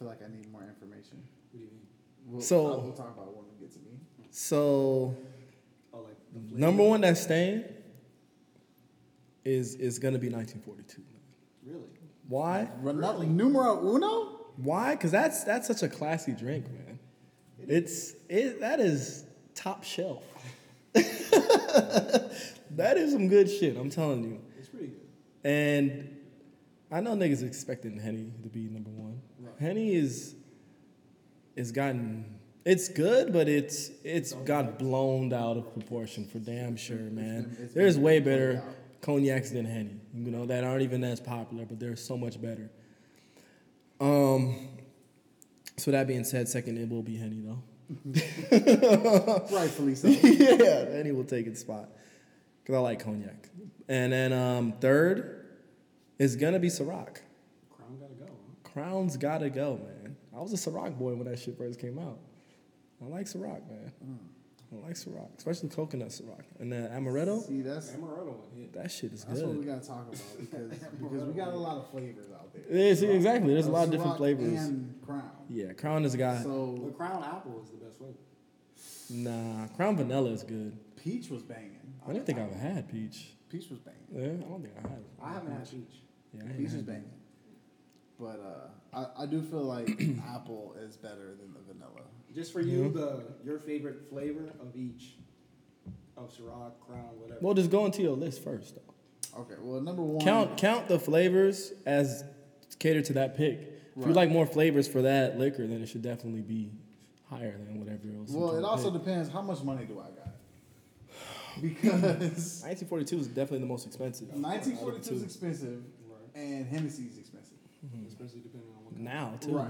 like I need more information. What do you mean? We'll, So- I- we'll talk about it when we get to me. So Oh, like the Mm. flavor? number one that's staying is is gonna be 1942. Really? Why? Ronaldo numero uno. Why? Because that's that's such a classy drink, man. It's it that is top shelf. that is some good shit. I'm telling you. It's pretty good. And I know niggas expecting Henny to be number one. Right. Henny is is gotten it's good, but it's it's got blown out of proportion for damn sure, man. been- it's There's been way blown better out. cognacs than Henny, you know, that aren't even as popular, but they're so much better. Um. So that being said, second it will be Henny though. Rightfully so. yeah, Henny will take its spot because I like cognac. And then um, third is gonna be Ciroc. Crown gotta go. Huh? Crown's gotta go, man. I was a Ciroc boy when that shit first came out. I like Ciroc, man. Mm. I like Ciroc, especially coconut Ciroc. And then Amaretto, See, that's Amaretto one hit. that shit is that's what we good. gotta talk about because because we got a lot of flavors out there. Yeah, see, exactly. There's a lot of different Ciroc flavors. And Crown. Yeah, Crown has got The So Crown Apple is the best flavor. nah. Crown Vanilla is good. peach was banging. I don't think I've had peach. Peach was banging. Yeah, I don't think I have. I haven't had peach. Yeah, I ain't Peach is had banging. But uh, I, I do feel like apple is better than the vanilla. Just for you, Mm-hmm. the your favorite flavor of each of Ciroc, Crown, whatever. Well, just go into your list first, though. Okay, well, number one. Count count the flavors as catered to that pick. If you Right. like more flavors for that liquor, then it should definitely be higher than whatever else. you Well, can it also pick. depends how much money do I got. Because 1942 is definitely the most expensive. 1942 is expensive Right. and Hennessy is expensive. Especially depending on what. now too. Right.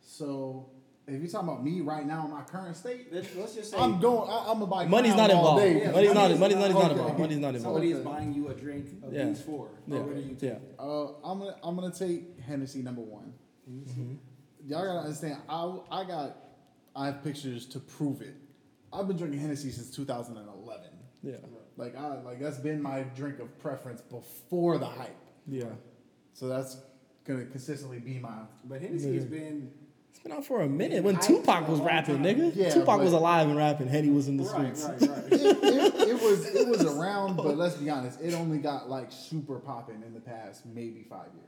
So if you're talking about me right now in my current state, Let's- Let's just say I'm going. I, I'm gonna buy. Money's Crown not all involved. day. Yeah, money's not. money's Money's not, not- involved. okay. Money's not involved. Somebody is Okay. buying you a drink of Yeah. these four. Yeah. Or what do you yeah. take? Uh, I'm gonna I'm gonna take Hennessy number one. Mm-hmm. Y'all gotta understand. I I got I have pictures to prove it. I've been drinking Hennessy since 2011. Yeah. Like I like that's been my drink of preference before the hype. Yeah. So that's gonna consistently be my But Hennessy has been It's been out for a minute. When I- Tupac was a long rapping, time. nigga. Yeah, Tupac but- was alive and rapping. Henny was in the right, streets. right, right. it, it, it was it was around, but let's be honest, it only got like super popping in the past maybe five years.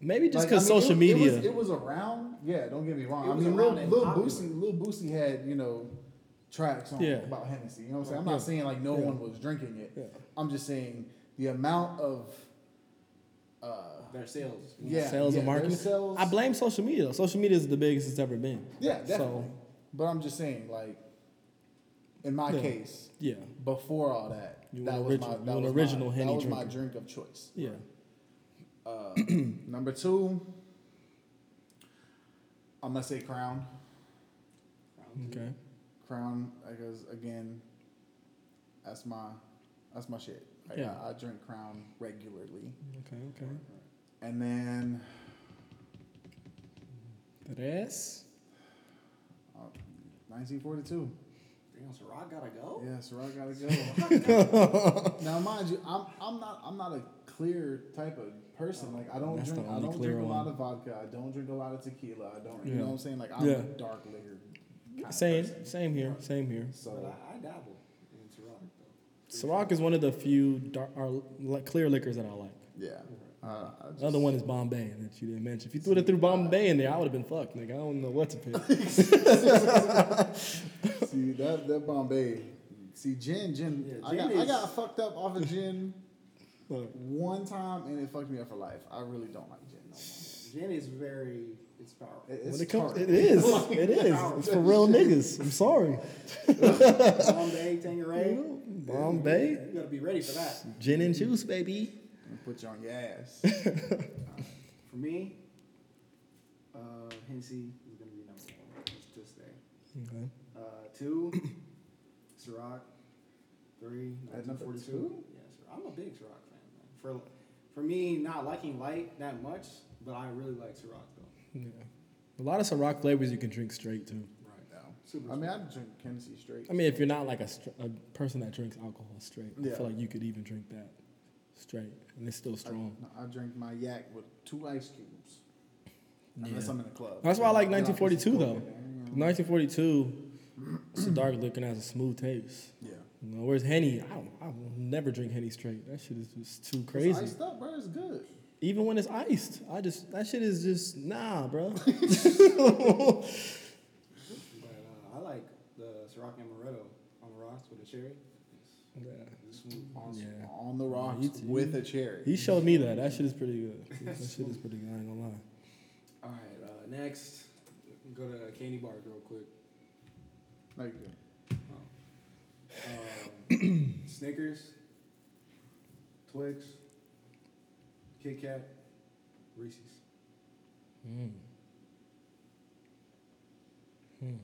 Maybe just Like, I because mean, social it- media. It was, it was around. Yeah, don't get me wrong. It I was mean, around Lil, and Lil popular. Boosie, Lil Boosie had you know tracks on Yeah. about Hennessy. You know what I'm saying? I'm not saying like no one was drinking it. Yeah. I'm just saying the amount of uh, Their sales. yeah sales yeah, and their marketing. Sales, I blame social media though. Social media is the biggest it's ever been. Yeah, definitely. So But I'm just saying, like in my Yeah. case, yeah, before all that, You that an was original- my you that an was original my, Henny that was my drinker. drink of choice. yeah. Uh, number two, I'm gonna say Crown. Okay. Crown, because again, that's my that's my shit. Like, Yeah. I, I drink Crown regularly, Okay. Okay. and then Tres. uh, 1942. Damn, Ciroc gotta go? Yeah, Ciroc gotta go. now, mind you, I'm I'm not I'm not a clear type of person. Like I don't That's drink the I only don't clear drink a lot one. of vodka. I don't drink a lot of tequila. I don't. You Yeah. know what I'm saying? Like I'm Yeah. a dark liquor. kind of Same. person. Same here. Same here. But So I, I dabble in Ciroc though. Ciroc is one of the few dark, or li- clear liquors that I like. yeah, uh, I just- The other one is Bombay that you didn't mention. If you threw it through Bombay in there, I would have been fucked. Like I don't know what to pick. See that that Bombay. See gin, gin. Yeah, I, gin got, I is- got fucked up off of gin Look, one time and it fucked me up for life. I really don't like gin no more. Gin is very, it's powerful. It- when it's it comes, tart. it is. Like, It is. wow. It's for real niggas. I'm sorry. Bombay, Tangeray. Mm-hmm. Bombay, You gotta be ready for that. gin and juice, baby. It'll Put you on your ass. For me, uh, Hennessy is gonna be number one. It's just there. Okay. Uh, two, Ciroc. Three, At number 1942. two? Yeah, Ciroc. I'm a big Ciroc fan, man. For for me, not liking light that much, but I really like Ciroc though. Yeah. A lot of Ciroc flavors you can drink straight too. Right. No. Super I mean, I drink Hennessy straight. I mean, if you're not like a, str- a person that drinks alcohol straight, I Yeah. feel like you could even drink that straight, and it's still I, strong. no, I drink my yak with two ice cubes. Unless Yeah. I'm in a club. That's why I like Get off 1942 this though. coke in there, you know? 1942, it's a dark liquor and has a smooth taste. Yeah. You know, whereas Henny, I don't, I will never drink Henny straight. That shit is just too It's crazy. iced up, bro. It's good. Even when it's iced, I just that shit is just nah, bro. But uh, I like the Ciroc amaretto on the rocks with a cherry. It's, it's smooth. On, Yeah. on the rocks you too. with a cherry. He showed me that. That shit is pretty good. That shit is pretty good. I ain't gonna lie. All right, uh, next, go to candy bars real quick. No, you good. Um, Snickers, Twix, Kit Kat, Reese's. Mm. Mm.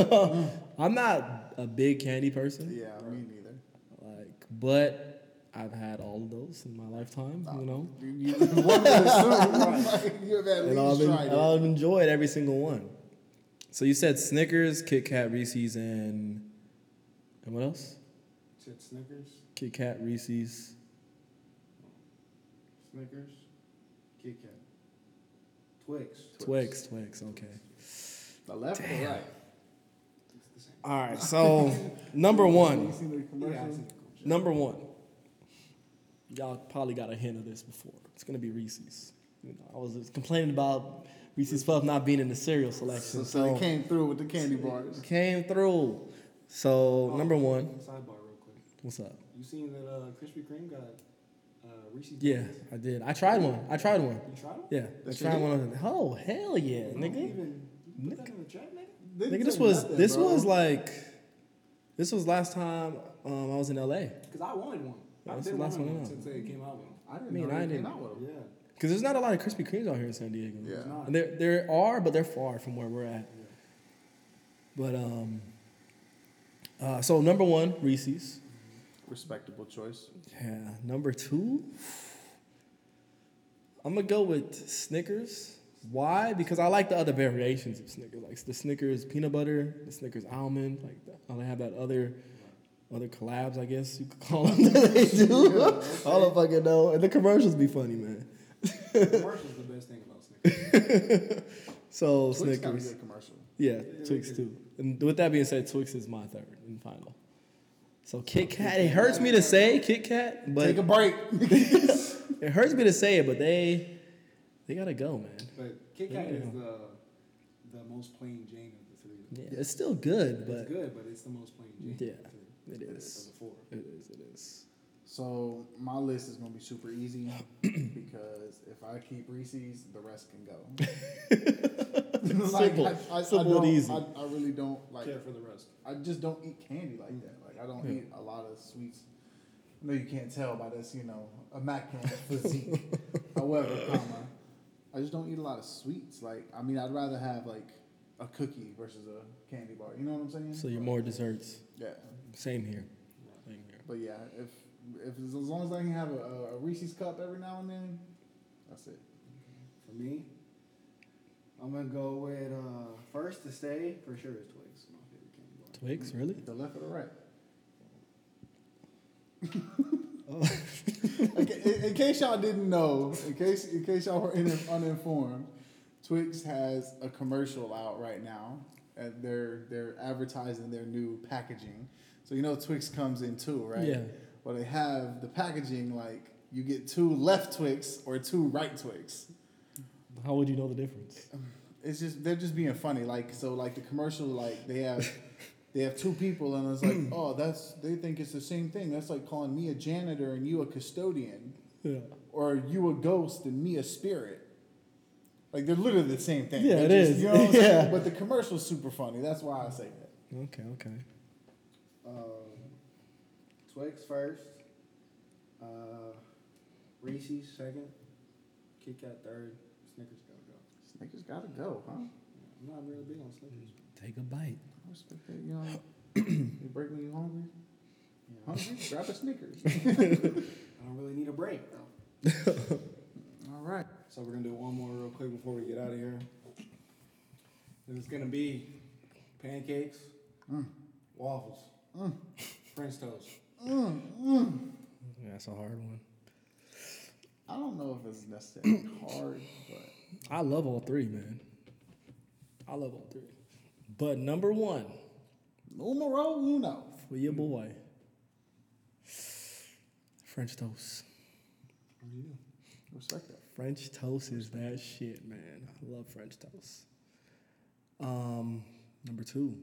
Hmm. I'm not a big candy person, Yeah, me neither. like, but I've had all of those in my lifetime, you know, Oh. You, you, one would assume, like, you have at and I've, least en- tried and it. I've enjoyed every single one. So you said Snickers, Kit Kat, Reese's, and and what else? Said Snickers, Kit Kat, Reese's. Snickers, Kit Kat, Twix. Twix, Twix, okay. The left or right? It's the same. All right, so number You one, seen the Yeah, I commercials? said Coke. number one. Y'all probably got a hint of this before. It's gonna be Reese's. You know, I was just complaining about Reese's Puff not being in the cereal So, selection, so they so came through with the candy bars. came through. So number one, Sidebar, real quick. what's up? You seen that uh, Krispy Kreme got uh, Reese's? Yeah, Pieces? I did. I tried one. I tried one. You tried them? Yeah, I That you tried did? one. of them. Oh hell yeah, nigga! Even, you put that in the chat, nigga? They Nigga, this took was nothing, this bro. was like, this was last time um, I was in L.A. Because I wanted one. Yeah, I've that's the been last wanting one I one know. since they came out with them. I didn't mean, know I they came didn't- out with them. Yeah. Because there's not a lot of Krispy Kremes out here in San Diego. Yeah. It's not. And there, there are, but they're far from where we're at. But um, uh, so number one, Reese's. Respectable choice. Yeah. Number two, I'm gonna go with Snickers. Why? Because I like the other variations of Snickers, like the Snickers peanut butter, the Snickers almond. Like oh, they have that other, other collabs, I guess you could call them. that they do. I don't fucking know. And the commercials be funny, man. Commercial's the best thing about Snickers. So Twix got a Snickers. good commercial. Yeah, Twix too. And with that being said, Twix is my third and final. So Kit Kat, it hurts me to say Kit Kat, Take a but break. it hurts me to say it, but they they gotta go, man. But Kit Kat is Yeah. the the most plain Jane of the three. Yeah, it's still good, it's but good, but it's the most plain Jane of Yeah. the three. it Of is. the four. It is. It is. so my list is gonna be super easy because if I keep Reese's, the rest can go. Simple. Simple and don't- easy. I, I really don't like. Care for the rest. I just don't eat candy like that. Like I don't Yeah. eat a lot of sweets. I know you can't tell by this, you know, immaculate physique. However, comma, I just don't eat a lot of sweets. Like I mean, I'd rather have like a cookie versus a candy bar. You know what I'm saying? So you're more desserts. Yeah, Same here. Yeah. Same here. but yeah, if if as long as I can have a, a Reese's cup every now and then, that's it. For me, I'm gonna go with uh, first to stay for sure is Twix, my favorite candy bar. Twix, really? The left or the right? Oh. Okay, in, in case y'all didn't know, in case in case y'all were in, uninformed, Twix has a commercial out right now, and they're they're advertising their new packaging. So you know Twix comes in two, right? Yeah. Well, they have the packaging like you get two left Twix or two right Twix. How would you know the difference? It's just they're just being funny. Like so, like the commercial, like they have they have two people, and it's like, oh, that's they think it's the same thing. That's like calling me a janitor and you a custodian, Yeah. or you a ghost and me a spirit. Like they're literally the same thing. Yeah, They're it is. You know what I'm saying? Yeah. But the commercial's super funny. That's why I say that. Okay. Okay. Um, Twix first. Uh, Reese's second. Kit Kat third. Snickers gotta go. Snickers gotta go, huh? I'm not really big on Snickers. Take a bite. I respect that, you know. you break when you hungry. Mm-hmm. Hungry? Grab a Snickers. I don't really need a break. All right. So we're gonna do one more real quick before we get out of here. And it's gonna be pancakes, waffles, French toast. that's a hard one. I don't know if it's necessarily hard, but I love all three, man. I love all three. But number one numero uno. for your boy, French toast. Respect that. French toast is that shit, man. I love French toast. Um, number two.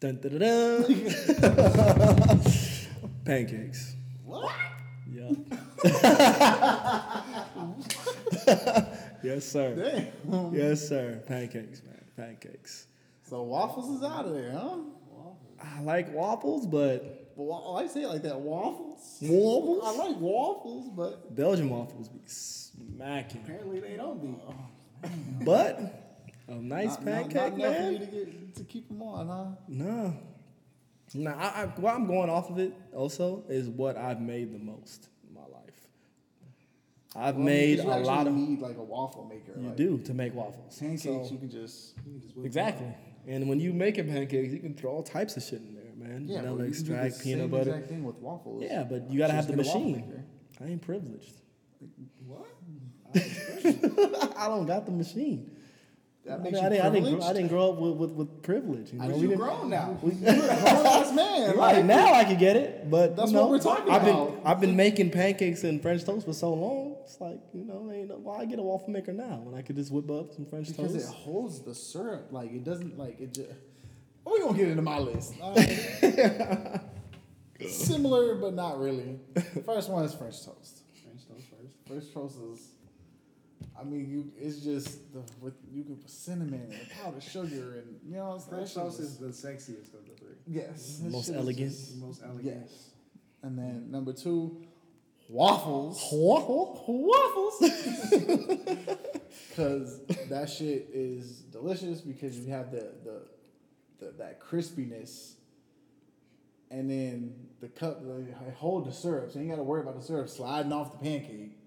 Dun, dun, dun, dun. Pancakes. What? Yeah. yes, sir. Damn. Yes, sir. Pancakes, man. Pancakes. So waffles is out of there, huh? I like waffles, but But wa- I say it like that waffles. waffles? I like waffles, but Belgian waffles be smacking. Apparently they don't be. But a Oh, nice not, not- pancake, not enough man. for you to, get, to keep them on, huh? No. No, I, I, what I'm going off of it also is what I've made the most in my life. I've Well, made because you a actually lot of. need like a waffle maker. you like, do to make waffles. pancakes. So- you can just exactly. And when you make a pancakes, you can throw all types of shit in there, man. yeah. Vanilla well, you can do the extract, same peanut butter. Exact thing with waffles. Uh, Yeah, but you gotta Just have the get a waffle machine. maker. I ain't privileged. What? I don't got the machine. That I, makes I you didn't, I, didn't, grow- privileged? I didn't grow up with, with, with privilege. You know? I We mean, you didn't- grown now. grown-ass man. Right now I can get it, but That's you know, what we're talking I've Been, about. I've been making pancakes and French toast for so long. It's like you know, ain't no, why get a waffle maker now when I could just whip up some French because it toast? holds the syrup. Like it doesn't. Like it just. We gonna get into my list. All right. Similar, but not really. First one is French toast. French toast first. French toast is. I mean, you. It's just the, with you can put cinnamon and powdered sugar and you know. It's French toast is the sexiest of the three. yes, that Most shit is elegant. It's just- the most elegant. yes, and then number two, waffles. Waffle, waffles. Cause that shit is delicious because you have the, the the that crispiness, and then the cup I hold the syrup, so you ain't gotta worry about the syrup sliding off the pancake.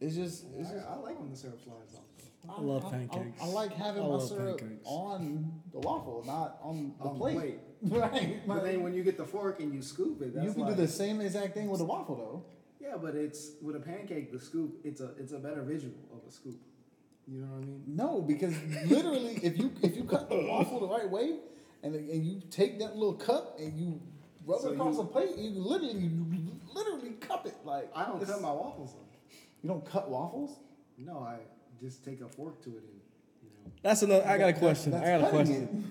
It's just, it's just- I, I like when the syrup flies off. I love pancakes. I, like having I my love syrup pancakes. on the waffle, not on the On the plate. plate. right? But then when you get the fork and you scoop it, that's you can like, do the same exact thing with a waffle though. Yeah, but it's with a pancake, the scoop. It's a it's a better visual of a scoop. You know what I mean? No, because literally, if you if you cut the waffle the right way, and and you take that little cup and you rub So it across you- a plate, you literally you literally cup it like I don't it's- cut my waffles though. You don't cut waffles. No, I just take a fork to it and you know. That's another. I got a question. That's I got a cutting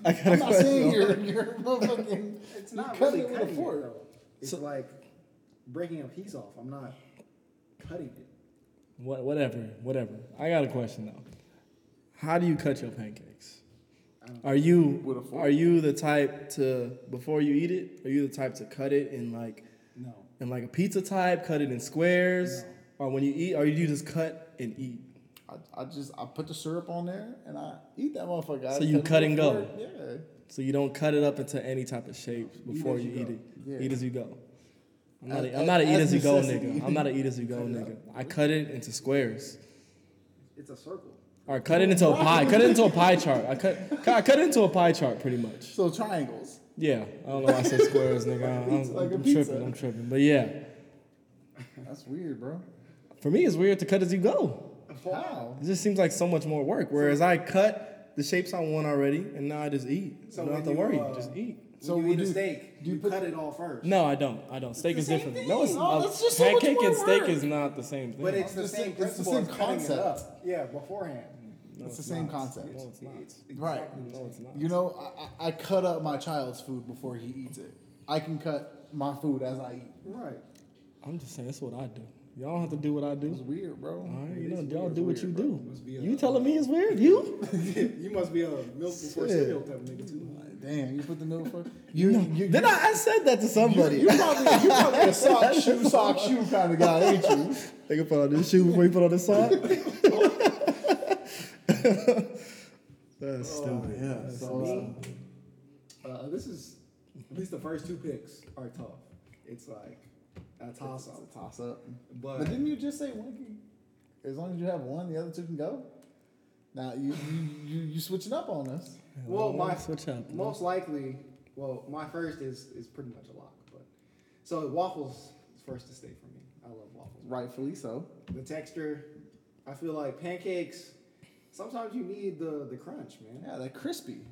question. it. I got a I'm not saying question. you're you're motherfucking. It's you not cut really it with cutting a it, fork. though. It's So- like breaking a piece off. I'm not cutting it. What, whatever, whatever. I got a question though. How do you cut your pancakes? I don't- Are you With a fork. are you the type to before you eat it? Are you the type to cut it in like? No. and like a pizza type, cut it in squares, No. or when you eat, or you just cut and eat. I, I just I put the syrup on there and I eat that motherfucker. I So you it cut with and a go. fork. Yeah. So you don't cut it up into any type of shape before as you, you eat go. it. Yeah. Eat as you go. I'm not, a, As- I'm not an eat as as you go necessity. nigga. I'm not an eat as you go nigga. I cut it into squares. It's a circle. Or cut it into a pie. Cut it into a pie chart. I cut, I cut it into a pie chart pretty much. So triangles. Yeah. I don't know why I said squares, nigga. I- I'm, Pizza, like a I'm pizza. tripping. I'm tripping. But yeah. That's weird, bro. For me, it's weird to cut as you go. Wow. It just seems like so much more work. Whereas I cut the shapes I want already, and now I just eat. So I don't when have to you, worry. uh, just eat. So So when we you eat a do- steak, do you you put- cut it all first. No, I don't. I don't. Steak the is same different. thing. No, it's Oh, not. that's just so much pancake more and steak work. is not the same thing. But it's I'm the just same saying, it's the principle same as cutting it concept. up. Yeah, beforehand. No, It's the same not. concept. No, it's not. Right. No, it's not. You know, I- I, I cut up my child's food before he eats it. I can cut my food as I eat. Right. I'm just saying that's what I do. Y'all don't have to do what I It's do. weird, bro. All right, you It know, is y'all weird, do what weird, you bro. do. Must be a- You telling me it's weird? You? you must be a milk before Shit. cereal type of nigga too. Damn, you put the milk for you. you, Then I, I said that to somebody. you probably you probably a sock shoe sock shoe kind of guy, ain't you? They can put on this shoe before you put on this sock. That's stupid. Yeah. So Uh, this is at least the first two picks are tough. It's like a toss up. toss up. But, But didn't you just say one? Can, as long as you have one, the other two can go. Now you you you, you switching up on us. well, Yeah, my switch up. most likely, well, my first is is pretty much a lock. But so waffles is first to stay for me. I love waffles. Rightfully so. The texture, I feel like pancakes. Sometimes you need the the crunch, man. Yeah, they're crispy.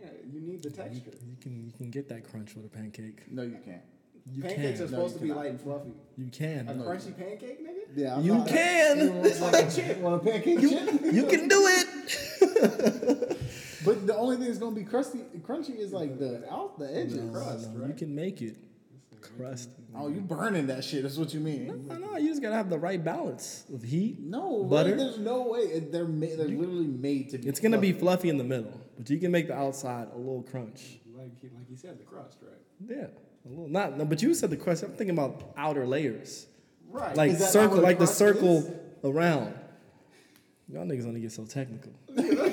Yeah, you need the texture. You can you can get that crunch with a pancake. No, you can't. You Pancakes can. are No, supposed you to be cannot. light and fluffy. You A can. you crunchy pancake, nigga. Yeah, You not- can. You want, like, you want a pancake chip? You can do it. But the only thing that's gonna be crusty, crunchy is like the out the edges. crust, No, You right? can make it. Crust. Oh, you burning that shit? That's what you mean. No, no, you just gotta have the right balance of heat. No, Butter? Like, there's no way It- they're ma- they're literally made to be. It's gonna be fluffy. fluffy in the middle, but you can make the outside a little crunch. Like he, like he said, the crust, right? Yeah, a little. Not, no, but you said the crust. I'm thinking about outer layers, Right. like Is that circle, how the like the crust circle is? around. Y'all niggas only get so technical. That's like a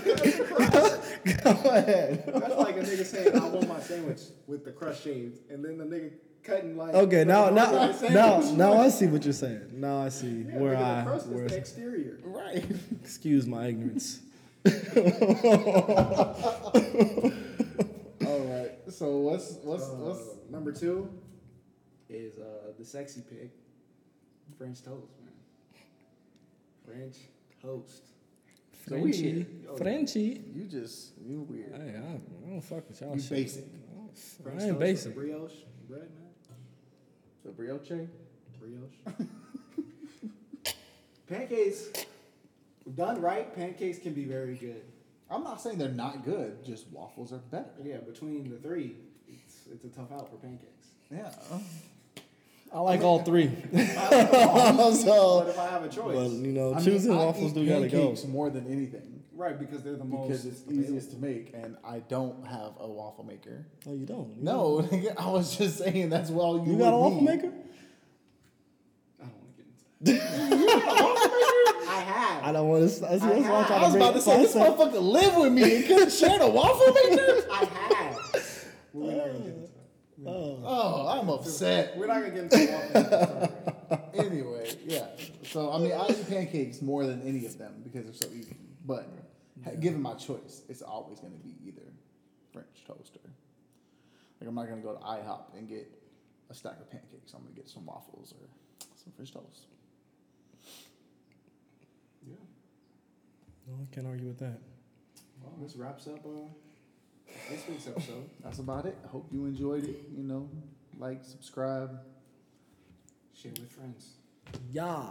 nigga saying, "I want my sandwich with the crust shaved," and then the nigga cutting like. Okay, the now, normal now, sandwich. now, now I see what you're saying. Now I see Yeah, where nigga, I. The crust where- is the exterior. right. excuse my ignorance. All right. So what's what's Uh, what's number two is uh, the sexy pig, French toast, man. French toast. So we- Frenchie, Frenchie. you just you Hey, weird. I, I don't fuck with y'all. You shit. basic. I French ain't with basic. Brioche bread, man. The brioche. Brioche. pancakes, done right, pancakes can be very good. I'm not saying they're not good. Just waffles are better. Yeah, between the three, it's, it's a tough out for pancakes. Yeah. I like all three. but so, if I have a choice, but you know, I mean, choosing I waffles eat do gotta go. pancakes More than anything, right, because they're the most because it's easiest to make, and I don't have a waffle maker. Oh, you don't. You No, nigga, I was just saying that's why you. You got a would waffle need. maker? I don't want to get into that. I have. I don't want to. That's, that's what I'm trying I was to about to say this motherfucker live with me and couldn't share the waffle maker. I have. We're not gonna get into that. Oh, I'm upset. We're not gonna get into that. Anyway, yeah. So I mean, I eat pancakes more than any of them because they're so easy. But ha- given my choice, it's always going to be either French toast or like I'm not going to go to IHOP and get a stack of pancakes. I'm going to get some waffles or some French toast. yeah. No, I can't argue with that. Well, this wraps up uh, this week's episode. That's about it. I hope you enjoyed it. You know, like, subscribe. Share with friends. Yeah.